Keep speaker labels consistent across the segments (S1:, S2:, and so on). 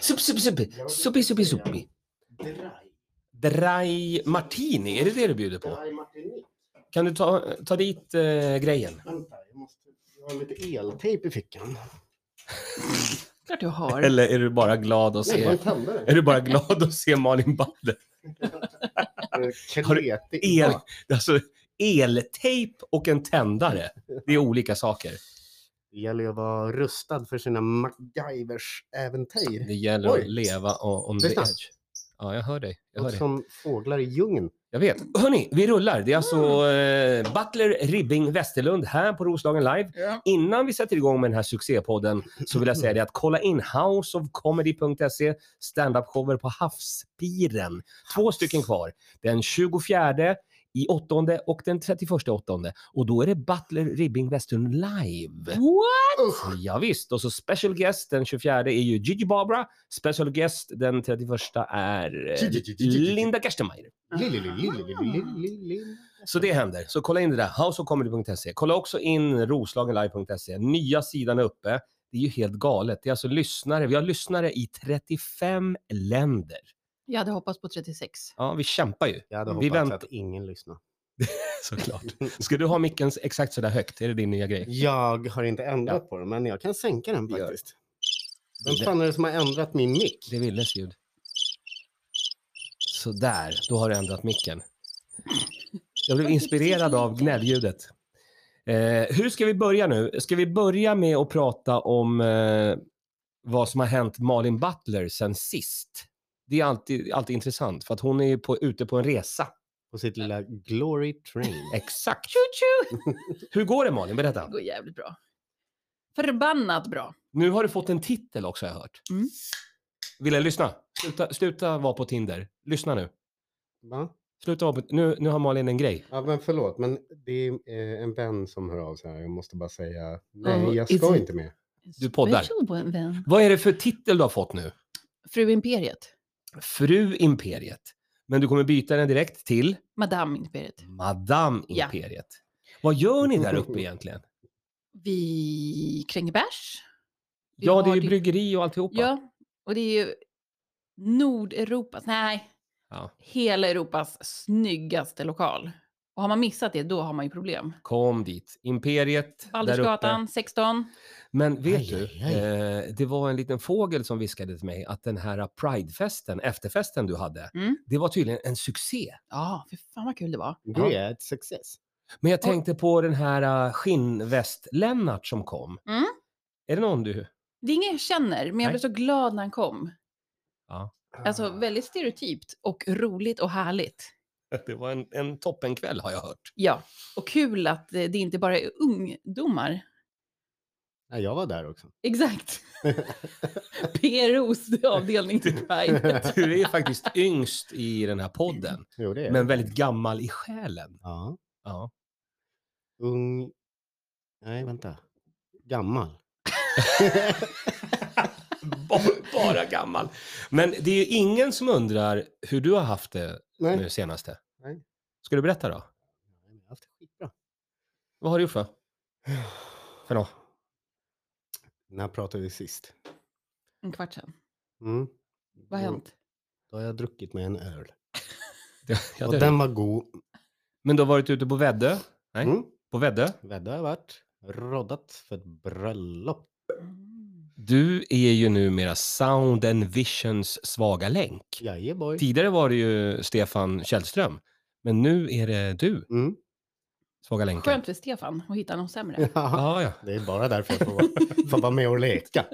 S1: Supp, supp, supp. Suppi, suppi, suppi.
S2: Dry.
S1: Dry martini, är det det du bjuder på?
S2: Dry martini.
S1: Kan du ta, ta dit eh, grejen?
S2: Vänta, jag måste... Jag har lite eltejp i fickan.
S3: Klart du har.
S1: Eller är du bara glad att
S2: Nej, det var en
S1: se... Är
S2: tändare.
S1: du bara glad att se Malin Bader?
S2: Eh,
S1: Har du
S2: Kletig.
S1: El, alltså, eltejp och en tändare, det är olika saker.
S2: Det gäller ju att vara rustad för sina MacGyvers äventyr.
S1: Det gäller
S2: Oj.
S1: att leva o- on the
S2: Lyssna.
S1: edge. Ja, jag hör dig. Jag, hör
S2: Och
S1: dig.
S2: som fåglar i djungeln.
S1: jag vet. Hörni, vi rullar. Det är alltså eh, Butler Ribbing Westerlund här på Roslagen Live.
S2: Ja.
S1: Innan vi sätter igång med den här succépodden så vill jag säga det att kolla in houseofcomedy.se, standup-shower på Havspiren. Två stycken kvar. Den 24 i åttonde och den 31 åttonde. Och då är det Butler Ribbing Westerlund live.
S3: What?
S1: Ja, visst. och så special guest den 24 är ju Gigi Barbara. Special guest den 31 är eh,
S2: Gigi, Gigi, Gigi.
S1: Linda Gerstenmeier.
S2: Lillelillelillelillelillellill.
S1: Så det händer. Så kolla in det där, houseofcomedy.se. Kolla också in roslagenlive.se. Nya sidan är uppe. Det är ju helt galet. Det är alltså lyssnare. Vi har lyssnare i 35 länder.
S3: Jag hade hoppats på 36.
S1: Ja, vi kämpar ju
S2: Jag hade
S1: Vi
S2: hoppats
S1: vänt-
S2: att ingen lyssnade.
S1: såklart. Ska du ha micken exakt sådär högt? Är det din nya grej?
S2: Jag har inte ändrat på den, men jag kan sänka den
S1: Gör det.
S2: faktiskt. Vem fan är det som har ändrat min mick?
S1: Det är Willes ljud. Sådär, då har du ändrat micken. Jag blev inspirerad av gnälljudet. Eh, hur ska vi börja nu? Ska vi börja med att prata om eh, vad som har hänt Malin Butler sen sist? Det är alltid, alltid intressant för att hon är ju på, ute på en resa.
S2: På sitt lilla Glory Train.
S1: Exakt.
S3: Tjo-tjo!
S1: Hur går det Malin?
S3: Det
S1: Berätta.
S3: går jävligt bra. Förbannat bra.
S1: Nu har du fått en titel också har jag hört.
S3: Mm.
S1: Vill jag lyssna? Sluta, sluta vara på Tinder. Lyssna nu.
S2: Va?
S1: Sluta vara på, nu, nu har Malin en grej.
S2: Ja, men förlåt, men det är eh, en vän som hör av sig här. Jag måste bara säga, nej,
S3: Oh,
S2: jag
S3: is
S2: ska
S3: it-
S2: inte med.
S1: Du poddar.
S3: Special one, vän.
S1: Vad är det för titel du har fått nu?
S3: Fru Imperiet.
S1: Fru Imperiet. Men du kommer byta den direkt till
S3: Madame Imperiet.
S1: Madame
S3: Ja.
S1: Imperiet. Vad gör ni där uppe egentligen?
S3: Vi kränger bärs. Vi
S1: Ja, det är
S3: har typ-
S1: ju bryggeri och alltihopa.
S3: Ja, och det är ju Nordeuropas, nej,
S1: Ja.
S3: hela Europas snyggaste lokal. Och har man missat det, då har man ju problem.
S1: Kom dit. Imperiet där uppe.
S3: Baldersgatan 16.
S1: Men vet
S2: Aj,
S1: du,
S2: aj,
S1: Eh, det var en liten fågel som viskade till mig att den här pridefesten, efterfesten du hade,
S3: Mm.
S1: det var tydligen en succé.
S3: Ja, fy fan vad kul det var.
S2: Det är ett success.
S1: Men jag tänkte på den här eh, skinnväst-Lennart som kom.
S3: Mm.
S1: Är det någon du...
S3: Det är ingen jag känner, men jag blev
S1: Nej.
S3: så glad när han kom. Alltså
S2: Ah.
S3: väldigt stereotypt och roligt och härligt.
S1: Det var en, en toppenkväll har jag hört.
S3: Ja, och kul att eh, det inte bara är ungdomar.
S2: Ja, jag var där också.
S3: Exakt. PROs avdelning till Pride.
S1: Du är ju faktiskt yngst i den här podden,
S2: Jo, det är jag.
S1: men väldigt gammal i själen.
S2: Ja,
S1: Ja.
S2: ung... Nej, vänta. Gammal.
S1: Ba- Bara gammal. Men det är ju ingen som undrar hur du har haft det
S2: Nej,
S1: nu senaste.
S2: Nej.
S1: Ska du berätta då?
S2: jag har haft det skitbra.
S1: Vad har du gjort för, för något?
S2: När pratade vi sist?
S3: En kvart sedan.
S2: Mm.
S3: Vad har
S2: Då-
S3: hänt?
S2: Då har jag druckit med en öl.
S1: Det- ja,
S2: och
S1: det-
S2: den var god.
S1: Men du har varit ute på Väddö? Nej,
S2: Mm.
S1: på Väddö.
S2: Väddö har jag varit. Roddat för ett bröllop.
S3: Mm.
S1: Du är ju numera Sound and Visions svaga länk.
S2: Jajeboy.
S1: Tidigare var det ju Stefan Källström, men nu är det du,
S2: Mm.
S1: svaga länken.
S3: Skönt för Stefan att hitta någon sämre.
S1: Ja, ja.
S2: Det är bara därför jag får vara, får vara med och leka.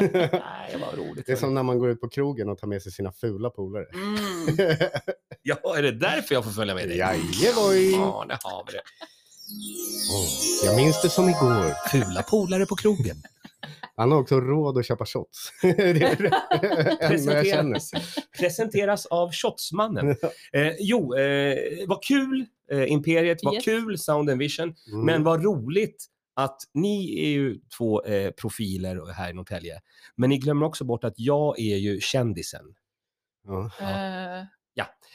S1: Nej, vad roligt.
S2: Det är som när man går ut på krogen och tar med sig sina fula polare.
S3: Mm.
S1: Ja, är det därför jag får följa med dig?
S2: Jajeboj.
S1: Ja, det har vi det.
S2: Åh, jag minns det som igår.
S1: Fula polare på krogen.
S2: Han har också råd att köpa shots. det är det enda jag känner.
S1: Presenteras av Shotsmannen. Eh, jo, eh, vad kul eh, Imperiet, vad
S3: Yes.
S1: kul Sound and Vision,
S2: Mm.
S1: men vad roligt att ni är ju två eh, profiler här i Norrtälje. Men ni glömmer också bort att jag är ju kändisen.
S2: ja.
S3: Eh,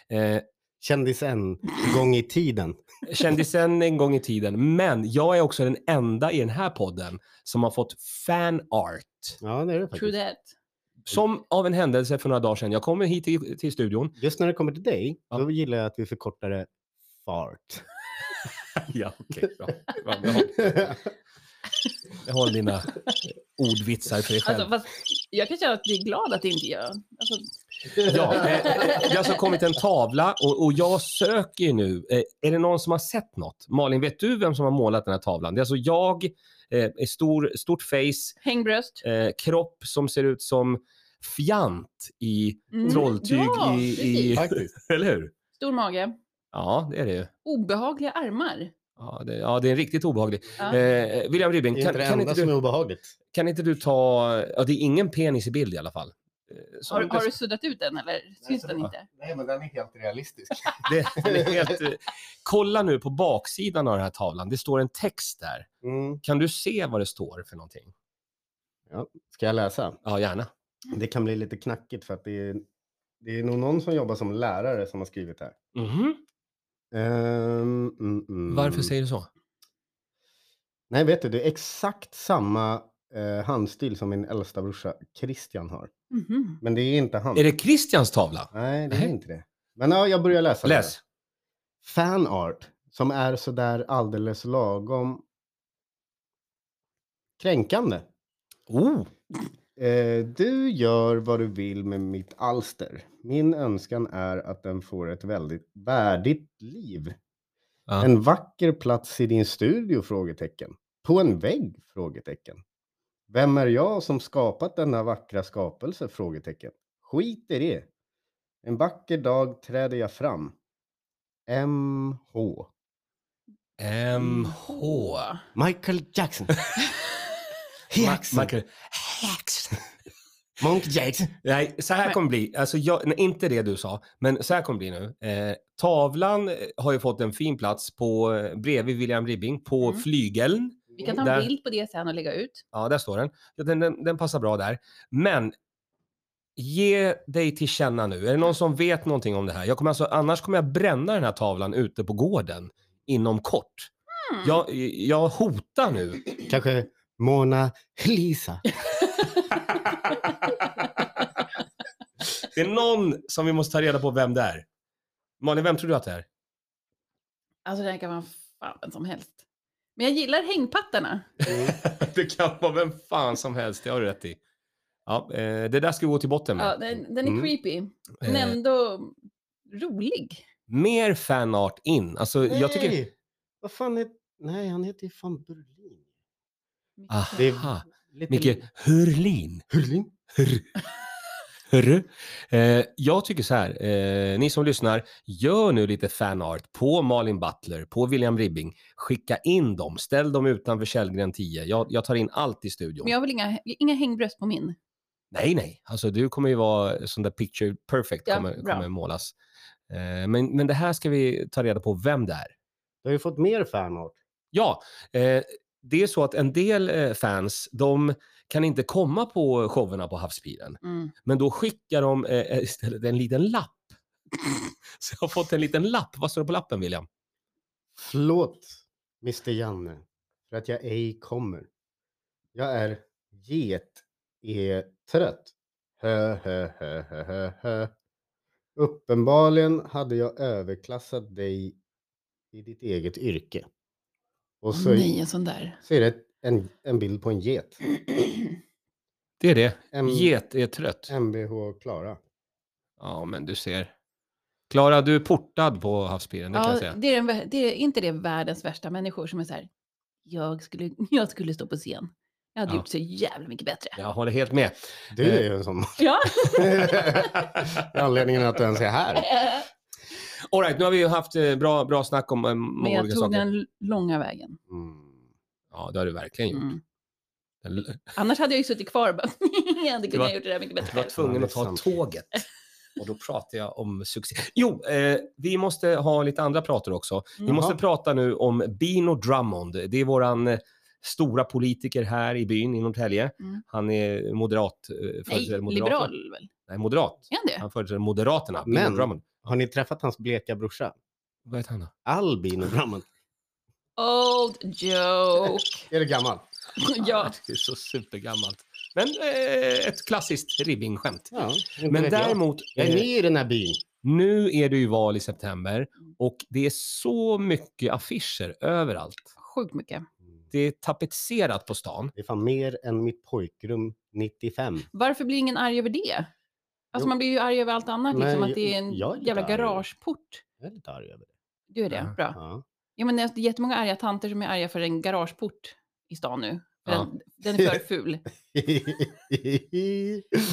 S1: Eh,
S2: Kändisen, gång i tiden.
S1: kändisen en gång i tiden, men jag är också den enda i den här podden som har fått fan art.
S2: Ja, det är det
S3: True
S2: faktiskt.
S3: that.
S1: Som av en händelse för några dagar sedan. Jag kommer hit till, till studion.
S2: Just när det kommer till dig,
S1: Ja.
S2: då gillar jag att vi förkortar det fart.
S1: Ja, okej. bra. Bra, jag har- Jag har dina ordvitsar för dig själv.
S3: Alltså, fast jag kan känna att jag är glad att det inte gör. Alltså,
S1: Ja, eh, eh, det har alltså kommit en tavla och, och jag söker ju nu. Eh, är det någon som har sett något? Malin, vet du vem som har målat den här tavlan? Det är alltså jag, eh, är stor, stort face,
S3: hängbröst.
S1: eh, kropp som ser ut som fjant i
S3: Mm.
S1: trolltyg
S3: Ja,
S1: i, i...
S3: precis.
S2: Faktiskt.
S1: Eller hur?
S3: Stor mage.
S1: Ja, det är det ju.
S3: Obehagliga armar.
S1: Ja, det, ja, det är en riktigt obehaglig.
S3: Ja.
S1: Eh, William Rybing,
S2: Det är
S1: kan,
S2: inte det
S1: kan,
S2: enda
S1: inte
S2: som är
S1: du,
S2: obehagligt.
S1: kan inte du ta... Ja, det är ingen penis i bild i alla fall. Eh, som-
S3: har, har du suddat ut den eller syns
S2: så-
S3: den inte?
S2: Nej, men den är helt realistisk.
S1: Det, det är helt, eh, kolla nu på baksidan av den här tavlan. Det står en text där.
S2: Mm.
S1: Kan du se vad det står för någonting?
S2: Ska jag läsa?
S1: Ja, gärna.
S2: Det kan bli lite knackigt för att det är, det är nog någon som jobbar som lärare som har skrivit det här.
S1: Mhm.
S2: Ehm, mm, mm.
S1: Varför säger du så?
S2: Nej, vet du, det är exakt samma eh, handstil som min äldsta brorsa Christian har.
S3: Mhm.
S2: Men det är inte han.
S1: Är det Christians tavla?
S2: Nej, det är
S1: Nej.
S2: inte det. Men ja, jag börjar läsa.
S1: Läs.
S2: Fanart, som är sådär alldeles lagom kränkande.
S1: Oh.
S2: Eh, du gör vad du vill med mitt alster. Min önskan är att den får ett väldigt värdigt liv.
S1: Ja.
S2: En vacker plats i din studio? frågetecken. På en vägg? frågetecken. Vem är jag som skapat denna vackra skapelse? frågetecken. Skit i det. En vacker dag träder jag fram. MH.
S1: Mm, MH.
S2: Michael Jackson.
S1: Ma- Michael Jackson.
S2: Monk Jackson.
S1: Nej, så här kommer det bli. Alltså jag, nej, inte det du sa, men så här kommer det bli nu. Eh, tavlan eh, har ju fått en fin plats på, eh, bredvid William Ribbing på
S3: Mm.
S1: flygeln.
S3: Vi kan ta en
S1: Där.
S3: bild på det sen och lägga ut.
S1: Ja, där står den. Ja, Den, den. den passar bra där. Men ge dig till känna nu. Är det någon som vet någonting om det här? Jag kommer alltså, annars kommer jag bränna den här tavlan ute på gården inom kort.
S3: Mm.
S1: Jag, jag hotar nu.
S2: Kanske Mona Lisa.
S1: Det är någon som vi måste ta reda på vem det är. Malin, vem tror du att det är?
S3: Alltså den kan vara fan vem som helst. Men jag gillar hängpattarna.
S1: Det kan vara vem fan som helst, det har du rätt i. Ja, eh, det där ska vi gå till botten med.
S3: Ja, den, den är
S2: Mm.
S3: creepy, men
S1: Eh,
S3: ändå rolig.
S1: mer fanart in. Alltså, jag tycker...
S2: Nej! Vad fan är... Nej, han heter ju fan Berlin.
S1: Ah,
S2: Det är-
S1: Aha.
S2: Lite...
S1: Micke Hurlin.
S2: Berlin?
S1: Hörru. Hörru. Eh, jag tycker så här, eh, ni som lyssnar, gör nu lite fanart på Malin Butler, på William Ribbing. Skicka in dem, ställ dem utanför Källgren 10. Jag, jag tar in allt i studion.
S3: Men jag har väl inga, inga hängbröst på min.
S1: Nej, nej, alltså du kommer ju vara sån där picture perfect
S3: Ja,
S1: kommer,
S3: bra.
S1: kommer målas. Eh, men, men det här ska vi ta reda på vem det är.
S2: Du har ju fått mer fanart.
S1: Ja, eh, det är så att en del eh, fans, de kan inte komma på showerna på Havspiren.
S3: Mm.
S1: Men då skickar de eh, istället en liten lapp. Så jag har fått en liten lapp. Vad står det på lappen, William?
S2: Förlåt, Mr Janne, för att jag ej kommer. Jag är get är trött. Hö, hö, hö, hö, hö, hö. Uppenbarligen hade jag överklassat dig i ditt eget yrke. Och
S3: Åh
S2: så,
S3: nej,
S1: alltså.
S3: en sån där.
S2: så är det en, en bild på en get.
S1: Det är det.
S2: M,
S1: Get är trött.
S2: MBH Klara.
S1: Ja, men du ser. Klara, du är portad på Havspiren, det kan jag
S3: ja,
S1: säga.
S3: det är, den, vä- det är inte det världens värsta människor som är så här. Jag skulle, jag skulle stå på scen. Jag hade
S1: Ja.
S3: gjort så jävla mycket bättre.
S1: Jag håller helt med.
S2: Du
S1: Eh.
S2: är ju en sån.
S3: Ja.
S2: Anledningen att du ens är här.
S1: All right, nu har vi ju haft eh, bra, bra snack om eh, många
S3: Men jag
S1: olika
S3: tog
S1: saker.
S3: den långa vägen.
S2: Mm.
S1: Ja, det har du verkligen gjort.
S3: Mm.
S1: Den l-
S3: Annars hade jag ju suttit kvar och bara, jag hade
S1: var-
S3: kunnat gjort det där mycket bättre.
S1: Jag var
S3: själv."
S1: tvungen
S2: Ja, det är
S1: att ta
S2: sant.
S1: tåget. Och då pratar jag om succé. Jo, eh, vi måste ha lite andra prater också. Vi
S3: Mm.
S1: måste
S2: Jaha.
S1: prata nu om Bino Drummond. Det är våran eh, stora politiker här i byn i Norrtälje.
S3: Mm.
S1: Han är moderat. eh, företräder
S3: Nej,
S1: Moderaterna.
S3: liberal väl?
S1: Nej, moderat.
S3: Är han det?
S1: Han företräder Moderaterna. Bino
S2: Men-
S1: Drummond.
S2: Har ni träffat hans bleka brorsa?
S1: Vad heter han då?
S2: Albin Drummond.
S3: Old joke.
S2: Är det gammal?
S3: ja,
S1: Det är så supergammalt. Men eh, ett klassiskt Ribbing-skämt.
S2: Ja, inte
S1: Men
S2: vet jag.
S1: däremot,
S2: Jag är
S1: eh,
S2: ny i den här byn.
S1: nu är det ju val i september
S2: Mm.
S1: och det är så mycket affischer överallt.
S3: Sjukt mycket.
S1: Det är tapetserat på stan.
S2: Det är fan mer än mitt pojkrum 95.
S3: Varför blir ingen arg över det? Alltså
S2: Jo.
S3: man blir ju arg över allt annat,
S2: Men
S3: liksom att
S2: jag-
S3: det är en
S2: jag är lite
S3: jävla
S2: arg.
S3: garageport.
S2: Jag är lite arg över det.
S3: Du är det,
S1: Ja.
S3: bra.
S2: Ja.
S3: Ja, men det är jättemånga arga tanter som är arga för en garageport i stan nu. För
S1: Ja.
S3: Den, den är för ful.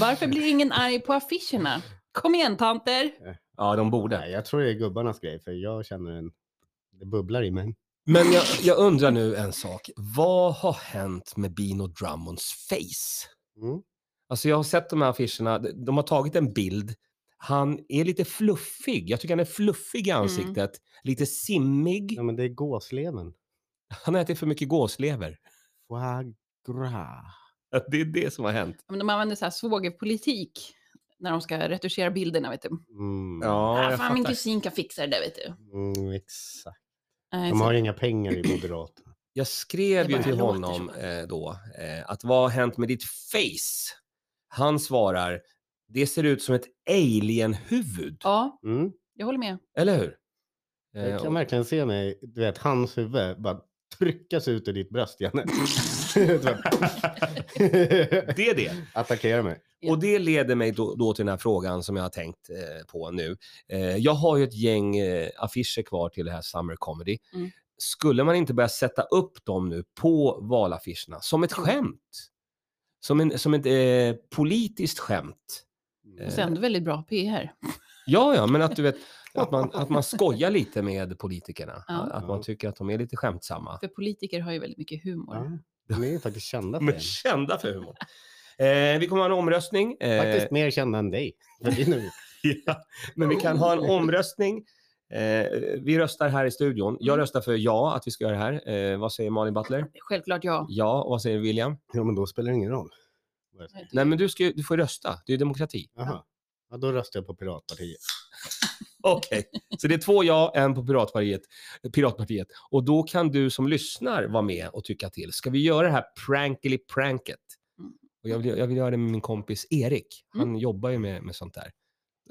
S3: Varför blir ingen arg på affischerna? Kom igen tanter!
S1: Ja, de borde.
S2: Nej, jag tror det är gubbarnas grej, för jag känner en... Det bubblar i mig.
S1: Men jag, jag undrar nu en sak. Vad har hänt med Bino Drummonds face?
S2: Mm.
S1: Alltså jag har sett de här affischerna. De de har tagit en bild. Han är lite fluffig. Jag tycker han är fluffig i ansiktet. Lite simmig.
S2: Ja, men det är gåsleven.
S1: Han har ätit för mycket gåslever.
S2: Foie gras.
S1: Att Det är det som har hänt.
S3: Ja, men De använder så här svågerpolitik när de ska retuschera bilderna. Vet du.
S2: Mm.
S1: Ja,
S3: ah,
S1: jag
S3: fan, min
S1: fattar.
S3: kusin kan fixa det där vet du.
S2: Mm, exakt.
S3: Nej,
S2: De
S3: så-
S2: har inga pengar i Moderaterna.
S1: Jag
S3: Det
S1: skrev ju
S3: bara
S1: till
S3: låter
S1: honom
S3: så.
S1: eh, då eh, att vad har hänt med ditt face? Han svarar, det ser ut som ett alienhuvud.
S3: Ja,
S2: Mm.
S3: jag håller med.
S1: Eller hur? Eh,
S2: Jag
S1: och-
S2: kan verkligen se mig, du vet, hans huvud bara tryckas ut ur ditt bröst, Janne. Typ.
S1: det är det.
S2: Attackera mig.
S3: Ja.
S1: Och det leder mig då, då till den här frågan som jag har tänkt eh, på nu. Eh, jag har ju ett gäng eh, affischer kvar till det här Summer Comedy.
S3: Mm.
S1: Skulle man inte börja sätta upp dem nu på valaffischerna som ett skämt? Som, en, som ett eh, politiskt skämt? Eh,
S3: Och Mm. sen väldigt bra PR.
S1: Ja, ja, men att du vet att man, att man skojar lite med politikerna.
S3: Ja.
S1: Att man
S2: Ja.
S1: tycker att de är lite skämtsamma.
S3: För politiker har ju väldigt mycket humor.
S2: Ja, de är ju faktiskt kända för
S1: De är
S2: det.
S1: kända för humor. Eh, vi kommer ha en omröstning. Eh,
S2: Faktiskt mer kända än dig. För det är nu-
S1: ja, men vi kan ha en omröstning. Eh, vi röstar här i studion. Jag
S3: Mm.
S1: röstar för ja, att vi ska göra det här. Eh, vad säger Malin Butler?
S3: Självklart ja.
S1: Ja, och vad säger William?
S2: Ja, men då spelar det ingen roll.
S1: Nej, men du, ska, ju- du får ju rösta. Det är ju demokrati.
S2: Jaha. Ja, då röstar jag på Piratpartiet.
S1: Okej, så det är två ja, en på Piratpartiet, Piratpartiet. Och då kan du som lyssnar vara med och tycka till. Ska vi göra det här prankily pranket?
S3: Mm.
S1: Och jag, vill, jag vill göra det med min kompis Erik. Han
S3: Mm.
S1: jobbar ju med, med sånt där.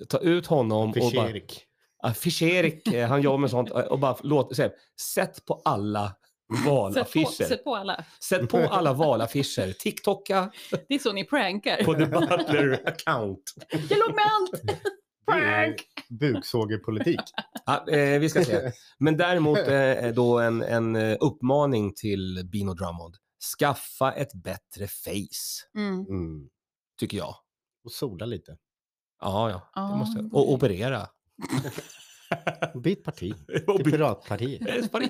S1: Ta ut honom och bara...
S2: Fischerik.
S1: Affischerik, eh, han jobbar med sånt eh, och bara låt, säg, sätt på alla
S3: Sätt på,
S1: valaffischer.
S3: sätt på alla.
S1: Sätt på alla valaffischer. TikToka
S3: Det är så ni prankar.
S1: på The Butler account.
S3: Jag låg med allt! Prank!
S2: Buksågerpolitik.
S1: Ja, eh, vi ska se. Men däremot eh, då en, en eh, uppmaning till Bino Drummond. Skaffa ett bättre face,
S3: Mm.
S2: Mm.
S1: tycker jag.
S2: Och sola lite.
S1: Ja, ja.
S3: Ja,
S1: Det måste,
S3: okej.
S1: och operera.
S2: Byt parti.
S1: Och
S2: Till
S1: byta-
S2: Piratpartiet.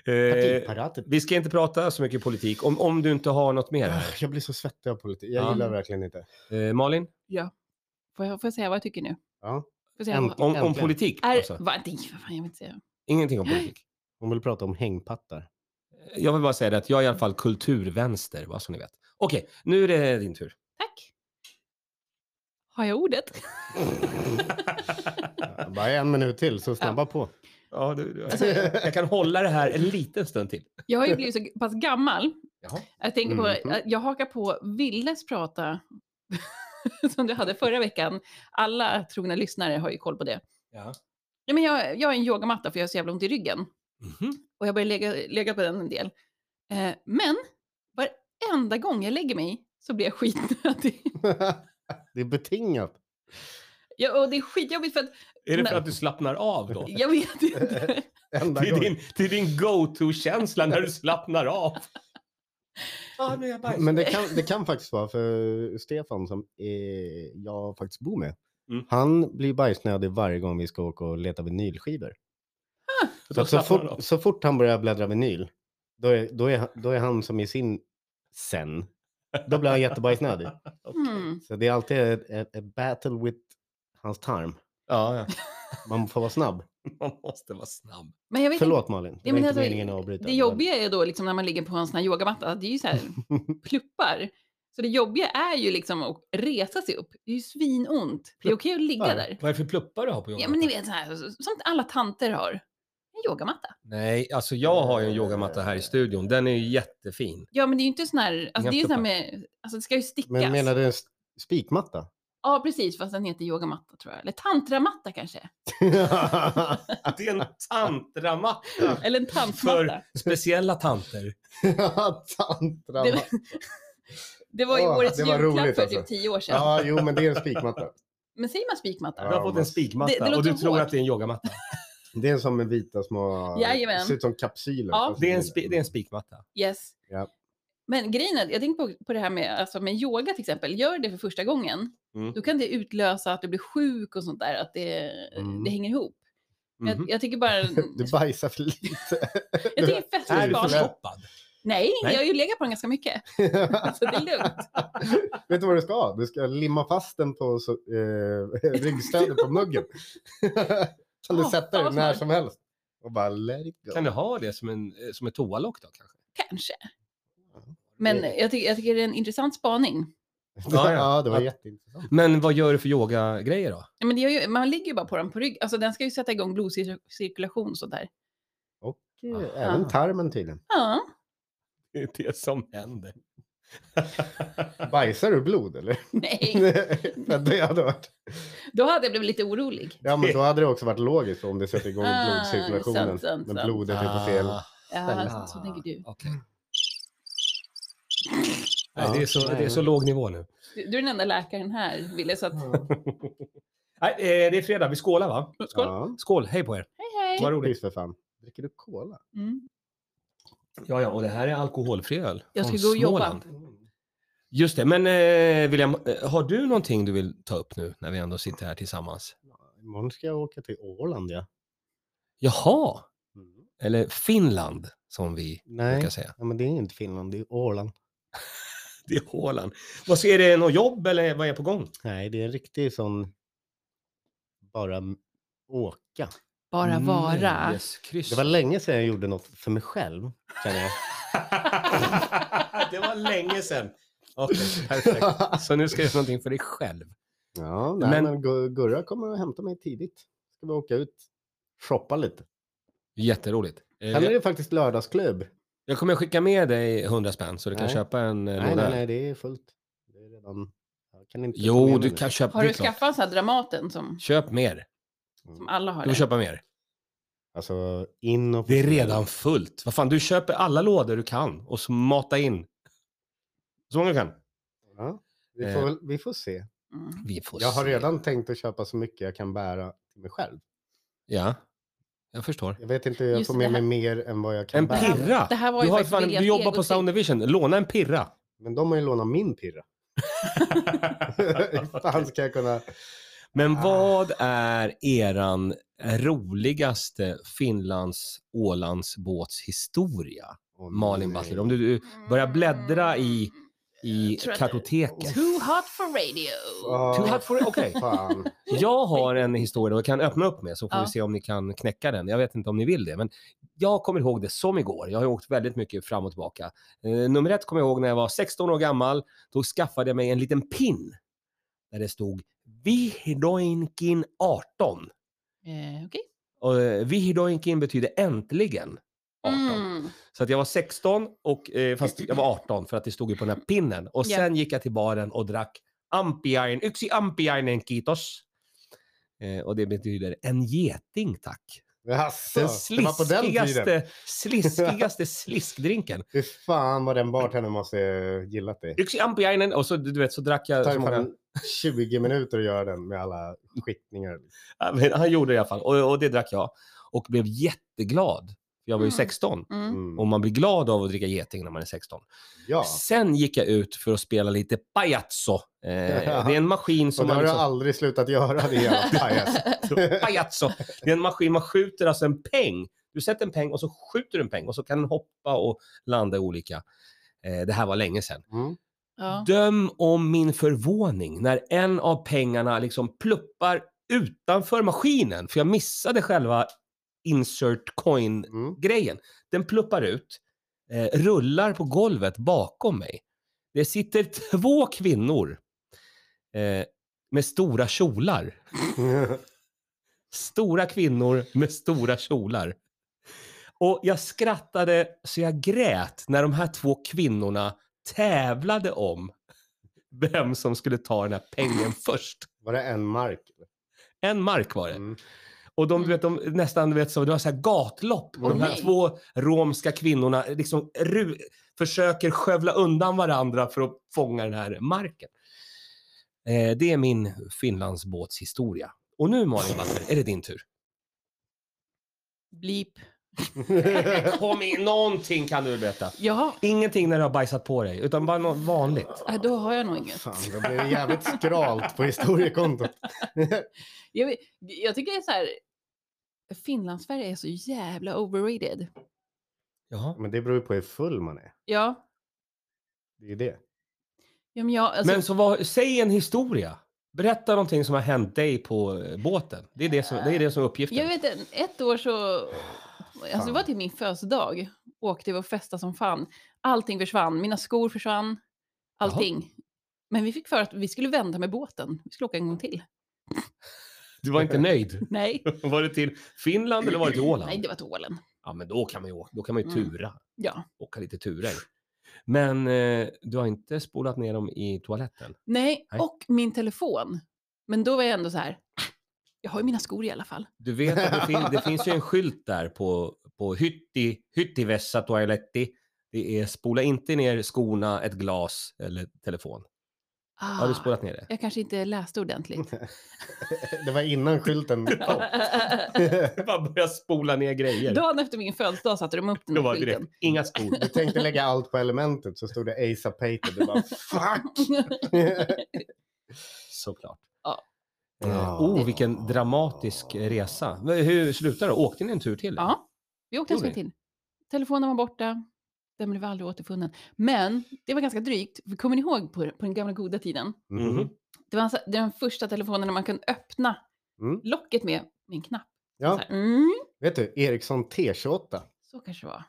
S1: Eh,
S2: Partiparatet.
S1: vi ska inte prata så mycket politik, om, om du inte har något mer. här.
S2: Ah, Jag blir så svettig av politik. Jag
S1: Ja.
S2: gillar verkligen inte.
S1: Eh, Malin,
S3: Får, jag, får jag säga vad jag tycker nu?
S2: Ja.
S3: Får jag säga
S2: En-
S3: vad,
S1: om, om
S2: Äntligen.
S1: politik.
S3: är,
S1: Alltså.
S3: vad, nej, vad fan, jag vill inte säga.
S1: Ingenting om politik.
S2: Hon vill prata om hängpattar.
S1: Jag vill bara säga det att jag är i alla fall kulturvänster, vad som ni vet. Okej, nu är det din tur.
S3: Tack. Har jag ordet?
S2: Ja, Bara en minut till, så snabba på.
S1: Ja, du, du. Alltså, Jag kan hålla det här en liten stund till.
S3: Jag har ju blivit så pass gammal.
S1: Jaha.
S3: Jag tänker på,
S2: Mhm.
S3: jag hakar på Villes prata som du hade förra veckan. Alla trogna lyssnare har ju koll på det.
S1: Ja.
S3: Nej, men jag, jag har en yogamatta för jag har så jävla ont i ryggen.
S1: Mhm.
S3: Och jag börjar lägga, lägga på den en del. Eh, men varenda gång jag lägger mig så blir jag skitnödig.
S2: det är betingat.
S3: Ja, och det är skitjobbigt för att
S1: Är det för
S3: Nej.
S1: att du slappnar av då?
S3: jag vet inte.
S2: Enda
S1: Det är
S2: gången.
S1: din, det är din go-to-känsla när du slappnar av. Ja, nu är jag bajs.
S2: Men det kan, det kan faktiskt vara för Stefan som eh, jag faktiskt bor med.
S1: Mm.
S2: Han blir bajsnödig varje gång vi ska åka och leta vinylskivor. Så,
S1: Då
S2: att så,
S1: slappnar han av.
S2: fort, så fort han börjar bläddra vinyl, då är, då, är, han- då är han som i sin sen. Då blir han jättebajsnödig.
S3: Mm.
S2: Så det är alltid ett, ett, ett battle with hans tarm.
S1: Ja, ja.
S2: Man får vara snabb.
S1: Man måste vara snabb.
S3: Men jag vet inte.
S2: Förlåt Malin, det var
S3: Ja, men
S2: inte
S3: alltså,
S2: meningen att avbryta.
S3: Det
S2: men-
S3: jobbiga är då liksom när man ligger på en sån här yogamatta, att det är ju så här pluppar. Så det jobbiga är ju liksom att resa sig upp. Det är ju svinont. Det är okej att ligga
S2: Pluppar?
S3: där.
S1: Vad är det för pluppar du har på
S3: Ja,
S1: jobbet?
S3: men ni vet så här, som alla tanter har. en yogamatta.
S1: Nej, alltså jag har ju en yogamatta här i studion. Den är ju jättefin.
S3: Ja, men det är ju inte sån här, alltså det är ju sån här
S1: Jättebra.
S3: med, alltså det ska ju stickas.
S2: Men menar du en s- spikmatta?
S3: Ja, precis, fast den heter yogamatta tror jag. Eller tantramatta kanske.
S1: Det är en tantramatta.
S3: Eller en tantmatta.
S1: Speciella tanter.
S2: Tantra.
S3: Det var- Det var ju
S2: Åh,
S3: årets
S2: det var
S3: julklapp
S2: roligt
S3: för
S2: alltså.
S3: typ tio år sedan.
S2: Ja, jo, men det är en spikmatta.
S3: Men säger man spikmatta?
S1: Du
S2: Ja.
S1: har fått en
S3: Det- det
S1: spikmatta
S3: låter
S1: och du tror
S3: hårt.
S1: att det är en yogamatta.
S2: Det är som en vita små...
S3: Jajamän.
S2: Ser ut som kapsyler.
S3: Ja.
S2: fast
S1: Det är en,
S2: mindre.
S1: spi- det är en spikmatta.
S3: Yes.
S2: Ja.
S3: Men grejen är, jag tänker på, på det här med, alltså med yoga till exempel. Gör det för första gången,
S1: Mm.
S3: då kan det utlösa att du blir sjuk och sånt där, att det,
S2: Mm.
S3: det hänger ihop.
S1: Mhm.
S3: Jag, jag tycker bara...
S2: Du bajsar för lite.
S3: jag tycker
S1: Är du
S3: festligt barn...
S1: förstoppad?
S3: Nej,
S1: Nej.
S3: jag har ju legat på den ganska mycket. Så det är lugnt.
S2: Vet du vad du ska? Du ska limma fast den på så, eh, ryggstödet på muggen. kan du
S3: Ja,
S2: sätta den
S3: fan vad
S2: när
S3: smart.
S2: som helst. Och bara let it go.
S1: Kan du ha det som, en, eh, som ett toalock då kanske?
S3: Kanske. Men jag, tycker jag tycker det är en intressant spaning.
S2: Ja,
S1: Ja, ja.
S2: ja, det var
S1: Ja.
S2: jätteintressant.
S1: Men vad gör du för yogagrejer då?
S3: Ja, Men det gör ju, man ligger ju bara på den på ryggen. Alltså den ska ju sätta igång blodcirkulation och sånt där.
S2: Och eh,
S1: Aha.
S2: även tarmen tydligen.
S3: Ja,
S1: Det är det som händer.
S2: Bajsar du blod eller?
S3: nej.
S2: För det hade varit...
S3: Då hade jag blivit lite orolig.
S2: Ja, men då hade det också varit logiskt om det sätter igång
S3: Ah,
S2: blodcirkulationen.
S3: sant, sant,
S2: men
S3: sant.
S2: blodet är på fel.
S3: Ja, så, så tänker du.
S1: Ah, Okej.
S2: Ja,
S1: Nej, det, är så,
S2: nej.
S1: det är så låg nivå nu.
S3: du. Du är den enda läkaren här, Ville, så att
S1: Nej, eh, det är fredag, vi skålar va?
S3: skål.
S2: Ja,
S1: Skål, hej på er.
S3: Hej, hej.
S1: Vad roligt.
S2: precis för fan. Dricker du cola?
S3: Mm.
S1: Ja, ja, och det här är alkoholfri öl.
S3: Jag ska
S1: från
S3: gå och jobba.
S1: Småland.
S2: Mm.
S1: Just det, men eh, William, eh, har du någonting du vill ta upp nu när vi ändå sitter här tillsammans?
S2: Imorgon ska jag åka till Åland, ja.
S1: Jaha,
S2: Mm.
S1: eller Finland som vi
S2: Nej,
S1: brukar säga.
S2: ja, men det är inte Finland, det är Åland.
S1: Det är Åland. Vad så är det något jobb eller vad är på gång?
S2: Nej, det är en riktig sån... Bara m- åka.
S3: Bara
S1: Mm,
S3: vara.
S1: Nöjeskryss.
S2: Det var länge sedan jag gjorde något för mig själv, känner jag.
S1: det var länge sedan. Okej, perfekt. Så nu ska du göra någonting för dig själv.
S2: ja, nej, men...
S1: Men-
S2: Gu- Gurra kommer och hämta mig tidigt. Ska vi åka ut, shoppa lite.
S1: Jätteroligt. Eh,
S2: Sen är det faktiskt lördagsklubb.
S1: Jag kommer skicka med dig 100 spänn så du kan
S2: Nej.
S1: köpa en eh,
S2: Nej,
S1: låda.
S2: nej, nej, det är fullt. Det är redan... Jag kan inte ta
S1: Jo,
S2: med mig
S1: du
S2: nu.
S1: kan köpa.
S3: Har
S1: det
S3: du
S1: är klart.
S3: skaffat en sån här Dramaten som,
S1: Köp mer.
S3: som alla har?
S1: Du får
S3: där?
S1: köpa mer.
S2: Alltså, in och...
S1: Det är redan fullt. Vad fan, du köper alla lådor du kan och så mata in. Så många du kan.
S2: Ja, vi, får,
S1: Eh.
S2: väl- vi får se.
S3: Mm.
S1: Vi får
S2: Jag har
S1: se.
S2: redan tänkt att köpa så mycket jag kan bära till mig själv.
S1: Ja, jag förstår.
S2: Jag vet inte hur jag
S3: Just
S2: får
S3: det,
S2: med
S3: det
S2: mig
S3: här-
S2: mer än vad jag kan
S1: En
S2: bära.
S1: pirra!
S3: Det här var ju
S1: Du, har
S3: faktiskt
S1: fan,
S3: Williams
S1: du jobbar på
S3: egotripp.
S1: Sound Vision. Låna en pirra.
S2: Men de har ju lånat min pirra. Hur fan ska jag kunna...
S1: Men
S2: Ah.
S1: vad är eran roligaste Finlands båtshistoria?
S2: Åh,
S1: Malin
S2: nej.
S1: Butler, om du, du börjar bläddra i, i
S3: Jag tror att-
S1: kartoteket.
S3: Mm. Too hot for radio.
S2: Ah,
S1: Too hard for it? Okej.
S2: Fan.
S1: Jag har en historia och kan öppna upp med så får
S3: Ja.
S1: vi se om ni kan knäcka den. Jag vet inte om ni vill det, men jag kommer ihåg det som igår. Jag har ju åkt väldigt mycket fram och tillbaka. Eh, nummer ett kommer jag ihåg när jag var 16 år gammal. Då skaffade jag mig en liten pin där det stod Vihdoinkin 18.
S3: Eh, Okej.
S1: Och eh, Vihdoinkin betyder äntligen 18.
S3: Mm.
S1: Så att jag var 16 och eh, fast jag var 18 för att det stod ju på den här pinnen. Och
S3: Ja.
S1: sen gick jag till baren och drack ampiainen, yksi ampiainen kiitos. Eh, och det betyder en geting tack.
S2: Jaså,
S1: Den
S2: alltså, det var på den tiden.
S1: sliskigaste, sliskigaste sliskdrinken.
S2: Fy fan vad den bartendern måste eh, gillat det.
S1: Yksi ampiainen och så du vet så drack
S2: Det
S1: jag
S2: tar
S1: så
S2: ju
S1: många.
S2: fan 20 minuter att göra den med alla skickningar.
S1: Ja, men Han gjorde det i alla fall och, och det drack jag. Och blev jätteglad. Jag var ju
S3: Mm.
S1: 16
S3: Mm.
S2: Mm.
S1: och man blir glad av att dricka geting när man är 16.
S2: Ja,
S1: Sen gick jag ut för att spela lite pajazzo. Eh, det är en maskin
S2: och
S1: som
S2: det har
S1: man...
S2: du
S1: Liksom,
S2: aldrig slutat göra, det jävla pajas.
S1: pajazzo. Det är en maskin, man skjuter alltså en peng. Du sätter en peng och så skjuter du en peng och så kan den hoppa och landa i olika. Eh, det här var länge sedan.
S2: Mm.
S3: Ja.
S1: Döm om min förvåning när en av pengarna liksom pluppar utanför maskinen. För jag missade själva insert coin
S2: Mm.
S1: grejen. Den pluppar ut, eh, rullar på golvet bakom mig. Det sitter två kvinnor eh, med stora kjolar. Stora kvinnor med stora kjolar. Och jag skrattade så jag grät när de här två kvinnorna tävlade om vem som skulle ta den här pengen först.
S2: Var det en mark? eller?
S1: En mark var det.
S2: Mm.
S1: Och de, du vet, de nästan, du vet, så, det var så här gatlopp.
S2: Åh,
S1: de här
S3: nej.
S1: två romska kvinnorna liksom ru- försöker skövla undan varandra för att fånga den här marken. Eh, det är min Finlandsbåtshistoria. Och nu Malin Walter, är det din tur.
S3: Blip.
S1: Kom in, någonting kan du berätta.
S3: Ja,
S1: Ingenting när du har bajsat på dig, utan bara något vanligt.
S3: äh, då har jag nog inget.
S2: Fan, det blev jävligt skralt på historiekontot.
S3: Jag, vet- jag tycker det är så här. Finland-Sverige är så jävla overrated.
S1: Jaha.
S2: Men det beror ju på hur full man är.
S3: Ja,
S2: Det är ju det.
S3: ja men jag, alltså,
S1: Men så vad, säg en historia. Berätta någonting som har hänt dig på eh, båten. Det är det som, det är, det som är uppgiften.
S3: jag vet en- ett år så, alltså det var till min födelsedag, åkte vi och festade som fan. Allting försvann, mina skor försvann, allting. Men vi fick för att vi skulle vända med båten, vi skulle åka en gång till.
S1: Du var inte nöjd.
S3: Nej,
S1: Var det till Finland eller var det till Åland?
S3: nej det var till Ålen.
S1: Ja, men då kan man ju, åka- då kan man ju
S3: Mm.
S1: tura.
S3: Ja.
S1: Åka lite turer. Men eh, du har inte spolat ner dem i toaletten?
S3: Nej,
S1: Nej.
S3: och min telefon. Men då var jag ändå så här, "Ah, jag har ju mina skor i alla fall.
S1: Du vet att det, fin- det finns ju en skylt där på, på hytti, hyttivessa toaletti. Det är spola inte ner skorna, ett glas eller telefon. Har du
S3: Ah,
S1: spolat ner det?
S3: Jag kanske inte läste ordentligt. typ-
S2: Det var innan skylten kom.
S1: Jag bara börjar spola ner grejer.
S3: Dagen efter min födelsedag satte de upp den
S1: Då
S3: här
S1: var det direkt,
S3: skylten.
S1: inga skor.
S2: Jag Oh, tänkte lägga allt på elementet så stod det Asa Pater. Det bara fuck!
S1: Såklart.
S3: Ja.
S1: Eh, oh, vilken dramatisk resa. Men Hur slutade det? Åkte ni en tur till?
S3: ja, vi åkte en
S1: Gjorde
S3: sväng till. Telefonen var borta. Den blev aldrig återfunnen. Men det var ganska drygt. För Kommer ni ihåg på, på den gamla goda tiden?
S1: Mhm.
S2: Mhm.
S3: Det var alltså den första telefonen när man kunde öppna
S2: Mm.
S3: locket med, med en knapp. Så,
S2: Ja,
S3: här, mm,
S2: vet du, Ericsson T28.
S3: så kanske det var.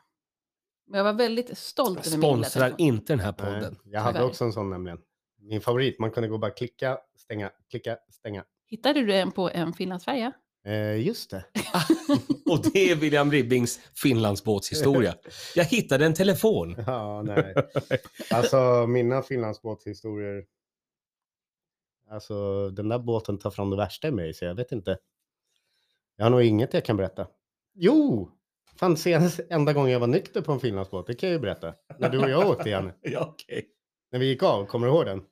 S3: Men jag var väldigt stolt över min lilla
S1: Sponsrar
S3: telefon.
S1: inte den här
S2: Nej,
S1: podden.
S2: Jag hade
S3: Tyvärr.
S2: också en sån nämligen. Min favorit, man kunde gå och bara klicka, stänga, klicka, stänga.
S3: Hittade du den på en Finlandsfärja?
S2: Eh, just det.
S1: Och det är William Ribbings Finlandsbåtshistoria. Jag hittade en telefon.
S2: Ja, nej. Alltså mina Finlandsbåtshistorier. Alltså den där båten tar fram det värsta i mig så jag vet inte. Jag har nog inget jag kan berätta. Jo! Fan senast, enda gången jag var nykter på en Finlandsbåt, det kan jag ju berätta. När du och jag åkte igen.
S1: Ja, okej.
S2: När vi gick av, kommer du ihåg den?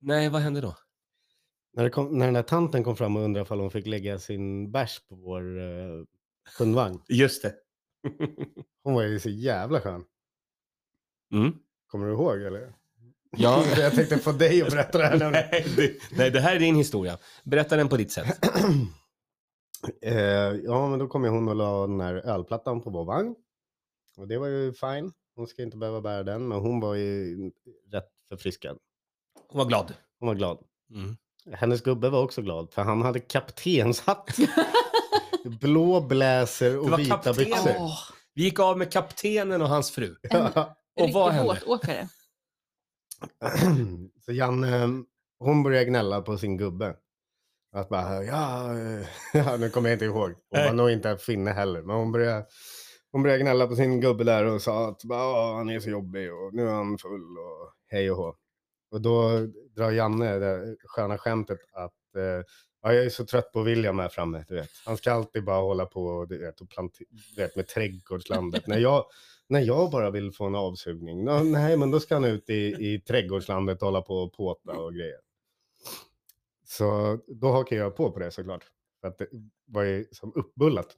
S1: Nej, vad hände då?
S2: När, det kom, när den där tanten kom fram och undrade om hon fick lägga sin bärs på vår eh, kundvagn.
S1: Just det.
S2: Hon var ju så jävla skön.
S1: Mm.
S2: Kommer du ihåg eller?
S1: Ja.
S2: jag tänkte få dig att berätta det här. nämligen.
S1: Nej, det, nej, det här är din historia. Berätta den på ditt sätt.
S2: Eh, ja, men då kom ju hon och la den här ölplattan på vår vagn. Och det var ju fine. Hon ska inte behöva bära den, men hon var ju rätt förfriskad.
S1: Hon var glad.
S2: Hon var glad.
S1: Mm.
S2: Hennes gubbe var också glad, för han hade kaptenshatt. Blå blazer
S1: Det
S2: och
S1: var
S2: vita
S1: kapten.
S2: byxor.
S3: Åh,
S1: Vi gick av med kaptenen och hans fru.
S2: Ja.
S1: Och
S3: riktig
S1: vad hände?
S3: båtåkare.
S2: Så Janne, eh, hon började gnälla på sin gubbe. Att bara, ja, eh, ja, nu kommer jag inte ihåg. Hon var
S1: Nej.
S2: nog inte finne heller, men hon började, hon började gnälla på sin gubbe där och sa att bara, "Ja, han är så jobbig och nu är han full och hej och hå. Och då drar Janne det där sköna skämtet att eh, ja, jag är så trött på William här framme, du vet. Han ska alltid bara hålla på och, du vet, och plantera, du vet, med trädgårdslandet. när, jag, när jag bara vill få en avsugning, nå, nej men då ska han ut i, i trädgårdslandet och hålla på och påta och grejer. Så då hakar jag på på det såklart. För att det var ju som uppbullat.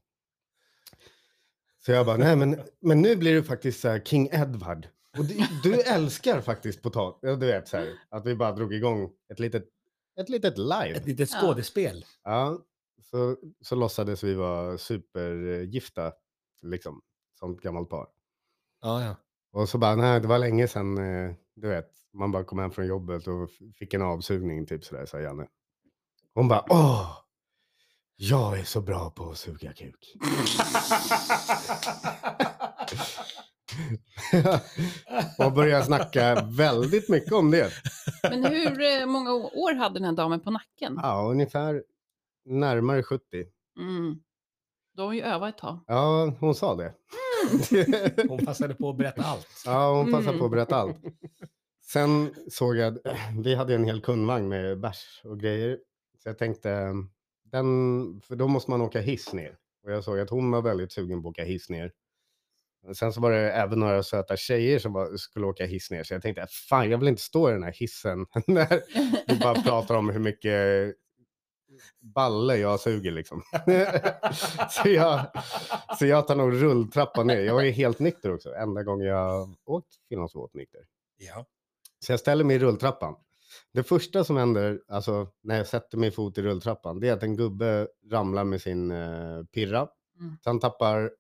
S2: Så jag bara, nej men, men nu blir du faktiskt så här King Edward. Och du, du älskar faktiskt potatis. Ja, Du vet så här, att vi bara drog igång ett litet, ett litet live.
S1: Ett litet
S3: Ja.
S1: skådespel.
S2: Ja, så, så låtsades vi vara supergifta, liksom, som ett gammalt par.
S1: Ja, ja.
S2: Och så bara, nej, det var länge sedan, eh, du vet, man bara kom hem från jobbet och f- fick en avsugning, typ sådär, sa Janne. Hon bara, åh, jag är så bra på att suga kuk. och började snacka väldigt mycket om det.
S3: Men hur eh, många å- år hade den här damen på nacken?
S2: Ja, ungefär närmare 70.
S3: Mm. Då har hon ju övat ett tag.
S2: Ja, hon sa det.
S1: Hon passade på att berätta allt.
S2: ja, hon passade
S3: Mm.
S2: på att berätta allt. Sen såg jag, vi hade ju en hel kundvagn med bärs och grejer. Så jag tänkte, den, för då måste man åka hiss ner. Och jag såg att hon var väldigt sugen på att åka hiss ner. Sen så var det även några söta tjejer som var, skulle åka hiss ner. Så jag tänkte, fan jag vill inte stå i den här hissen. när vi bara pratar om hur mycket balle jag suger liksom. så, jag, så jag tar nog rulltrappan ner. Jag är helt nykter också. Enda gången jag åkt Finlandsbåt nykter.
S1: Ja.
S2: Så jag ställer mig i rulltrappan. Det första som händer, alltså när jag sätter min fot i rulltrappan, det är att en gubbe ramlar med sin eh, pirra.
S3: Mm.
S2: Så han tappar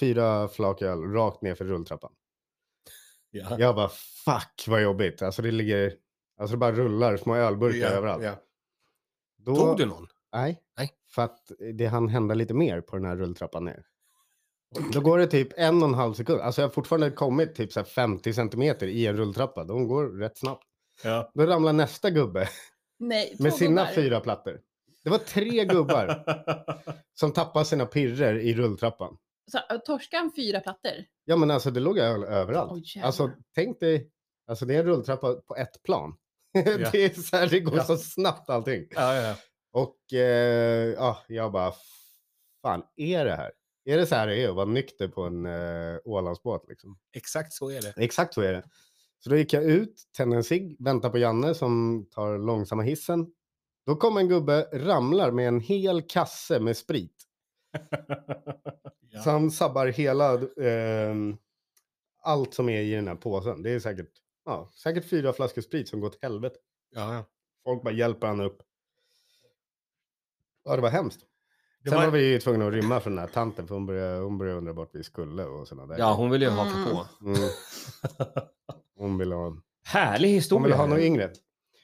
S2: fyra flak öl rakt ner för rulltrappan.
S1: Ja.
S2: Jag bara fuck vad jobbigt. Alltså det ligger, alltså det bara rullar små ölburkar
S1: Ja,
S2: överallt.
S1: ja.
S2: Då,
S1: Tog du någon?
S2: Nej.
S1: Nej.
S2: För att eh, det hann hända lite mer på den här rulltrappan ner. Då går det typ en och en halv sekund. Alltså jag har fortfarande kommit typ så här 50 centimeter i en rulltrappa. De går rätt snabbt.
S1: Ja.
S2: Då ramlar nästa gubbe
S3: Nej,
S2: Med
S3: två
S2: sina
S3: gubbar.
S2: fyra plattor. Det var tre gubbar som tappade sina pirrer i rulltrappan.
S3: Så, äh, torskan fyra plattor.
S2: Ja men alltså det låg öl överallt.
S3: Oj, jävlar. Mm.
S2: alltså tänk dig, alltså det är en rulltrappa på ett plan.
S1: Ja.
S2: det, är så här, det går
S1: Ja.
S2: så snabbt allting.
S1: Ja, ja, ja.
S2: Och eh, ja, jag bara, fan är det här? Är det så här det är att vara nykter på en eh, Ålandsbåt liksom?
S1: Exakt så är det.
S2: Exakt så är det. Så då gick jag ut, tände en cigg, väntade på Janne som tar långsamma hissen. Då kom en gubbe, ramlar med en hel kasse med sprit. Så
S1: ja.
S2: han sabbar hela ehm, allt som är i den här påsen. Det är säkert, ja, säkert fyra flaskor sprit som går till helvete.
S1: Ja, ja.
S2: Folk bara hjälper han upp. Ja, det var hemskt.
S1: Det
S2: Sen var
S1: var...
S2: vi ju tvungna att rymma från den här tanten för hon började, hon började undra vart vi skulle och sådana där.
S1: ja, hon ville ju haka
S3: Mm.
S1: på.
S2: Mm. Hon ville ha,
S1: Härlig
S2: hon ville
S1: historia.
S2: ha något yngre.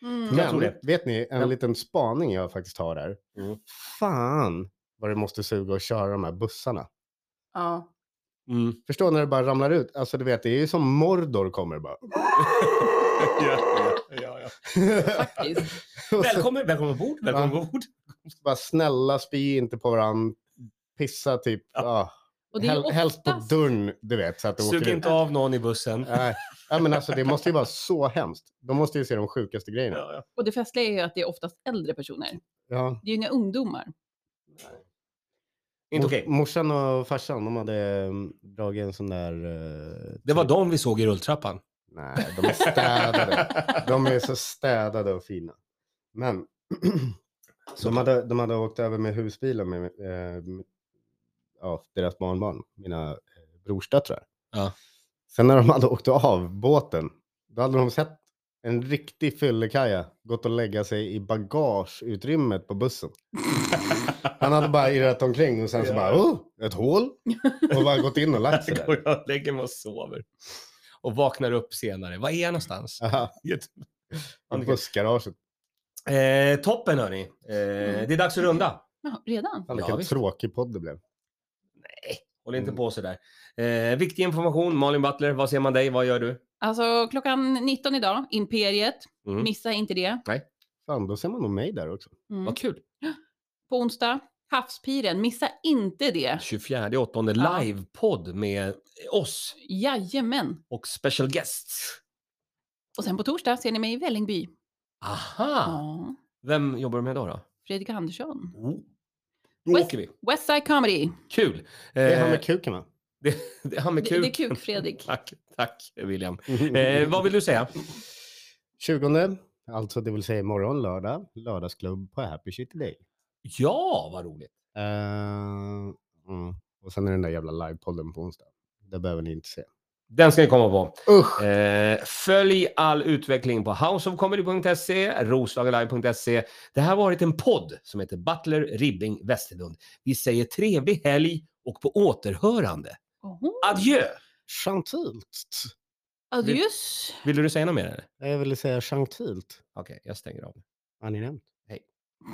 S3: Mm.
S1: Jag tror
S2: Men
S1: det.
S2: vet ni, en
S1: Ja.
S2: liten spaning jag faktiskt har där.
S1: Mm.
S2: Fan vad det måste suga att köra de här bussarna.
S3: Ja.
S1: Mm.
S2: Förstår när det bara ramlar ut. Alltså du vet, det är ju som Mordor kommer bara.
S1: Ja, ja, ja, ja.
S3: Faktiskt.
S2: Och så
S1: Välkommen, välkommen ombord. Välkommen ombord.
S2: bara snälla spy inte på varandra. Pissa typ, ah,
S3: Och det är ju
S2: hel, helst på
S3: oftast-
S2: dörren du vet. Så att det
S1: Sug
S2: åker ut.
S1: inte av någon i bussen.
S2: Nej, Nej, men alltså det måste ju vara så hemskt. De måste ju se de sjukaste grejerna.
S1: Ja, ja.
S3: Och det festliga är ju att det är oftast äldre personer.
S2: Ja.
S3: Det är ju inga ungdomar.
S1: Inte
S2: Mor-
S1: okej.
S2: Morsan och farsan, de hade mm, dragit en sån där... eh,
S1: Det var de vi såg i rulltrappan.
S2: Nej, de är städade. De är så städade och fina. Men de hade, de hade åkt över med husbilen med, eh, med ja, deras barnbarn, mina eh, brorsdöttrar.
S1: Ja.
S2: Sen när de hade åkt av båten, då hade de sett en riktig fyllekaja gått och lägga sig i bagageutrymmet på bussen. Han hade bara irrat omkring och sen så
S1: Ja.
S2: bara, oh, ett hål! Och bara gått in och lagt sig
S1: Jag
S2: där.
S1: går jag och lägger mig och sover. Och vaknar upp senare. Var är jag någonstans?
S2: Aha, I
S1: Jätte-
S2: bussgaraget.
S1: Eh, toppen hörni. Eh,
S3: Mm.
S1: Det är dags att runda.
S3: Ja, redan?
S2: Fan,
S1: Ja,
S2: vilken
S1: visst.
S2: tråkig podd det blev.
S1: Håll inte
S2: Mm.
S1: på sådär. Eh, viktig information. Malin Butler, vad ser man dig? Vad gör du?
S3: Alltså klockan 19 idag, Imperiet.
S1: Mm.
S3: Missa inte det.
S2: Fan, då ser man nog mig där också.
S3: Mm.
S1: Vad kul.
S3: På onsdag, Havspiren. Missa inte det.
S1: 24 åttonde
S3: Ja.
S1: livepodd med oss
S3: Jajamän.
S1: och special guests.
S3: Och sen på torsdag ser ni mig i Vällingby.
S2: Ah.
S1: Aha!
S3: Ja.
S1: Vem jobbar du med idag då?
S3: Fredrik Andersson.
S1: Oh. Då
S3: Wes-
S1: åker vi.
S3: Westside Comedy.
S1: Kul! Eh,
S2: Det är han med kuken va?
S1: det, det är han med
S3: Det-
S1: kuk.
S3: det är kuk, Fredrik.
S1: tack, tack William.
S2: Mm.
S1: Eh, vad vill du säga?
S2: 20, alltså det vill säga imorgon lördag, lördagsklubb på Happy City Day.
S1: Ja, vad roligt.
S2: Eh, mm. Och sen är den där jävla livepodden på onsdag. Det behöver ni inte se.
S1: Den ska ni komma på.
S2: Usch!
S1: Eh, följ all utveckling på houseofcomedy.se, roslagenlive.se. Det här har varit en podd som heter Butler Ribbing Westerlund. Vi säger trevlig helg och på återhörande.
S3: Oho.
S1: Adjö!
S2: Chantilt!
S3: Adios.
S1: Vill du säga något mer? eller?
S2: Jag ville säga chantilt.
S1: Okej, jag stänger av.
S2: Har ni nämnt?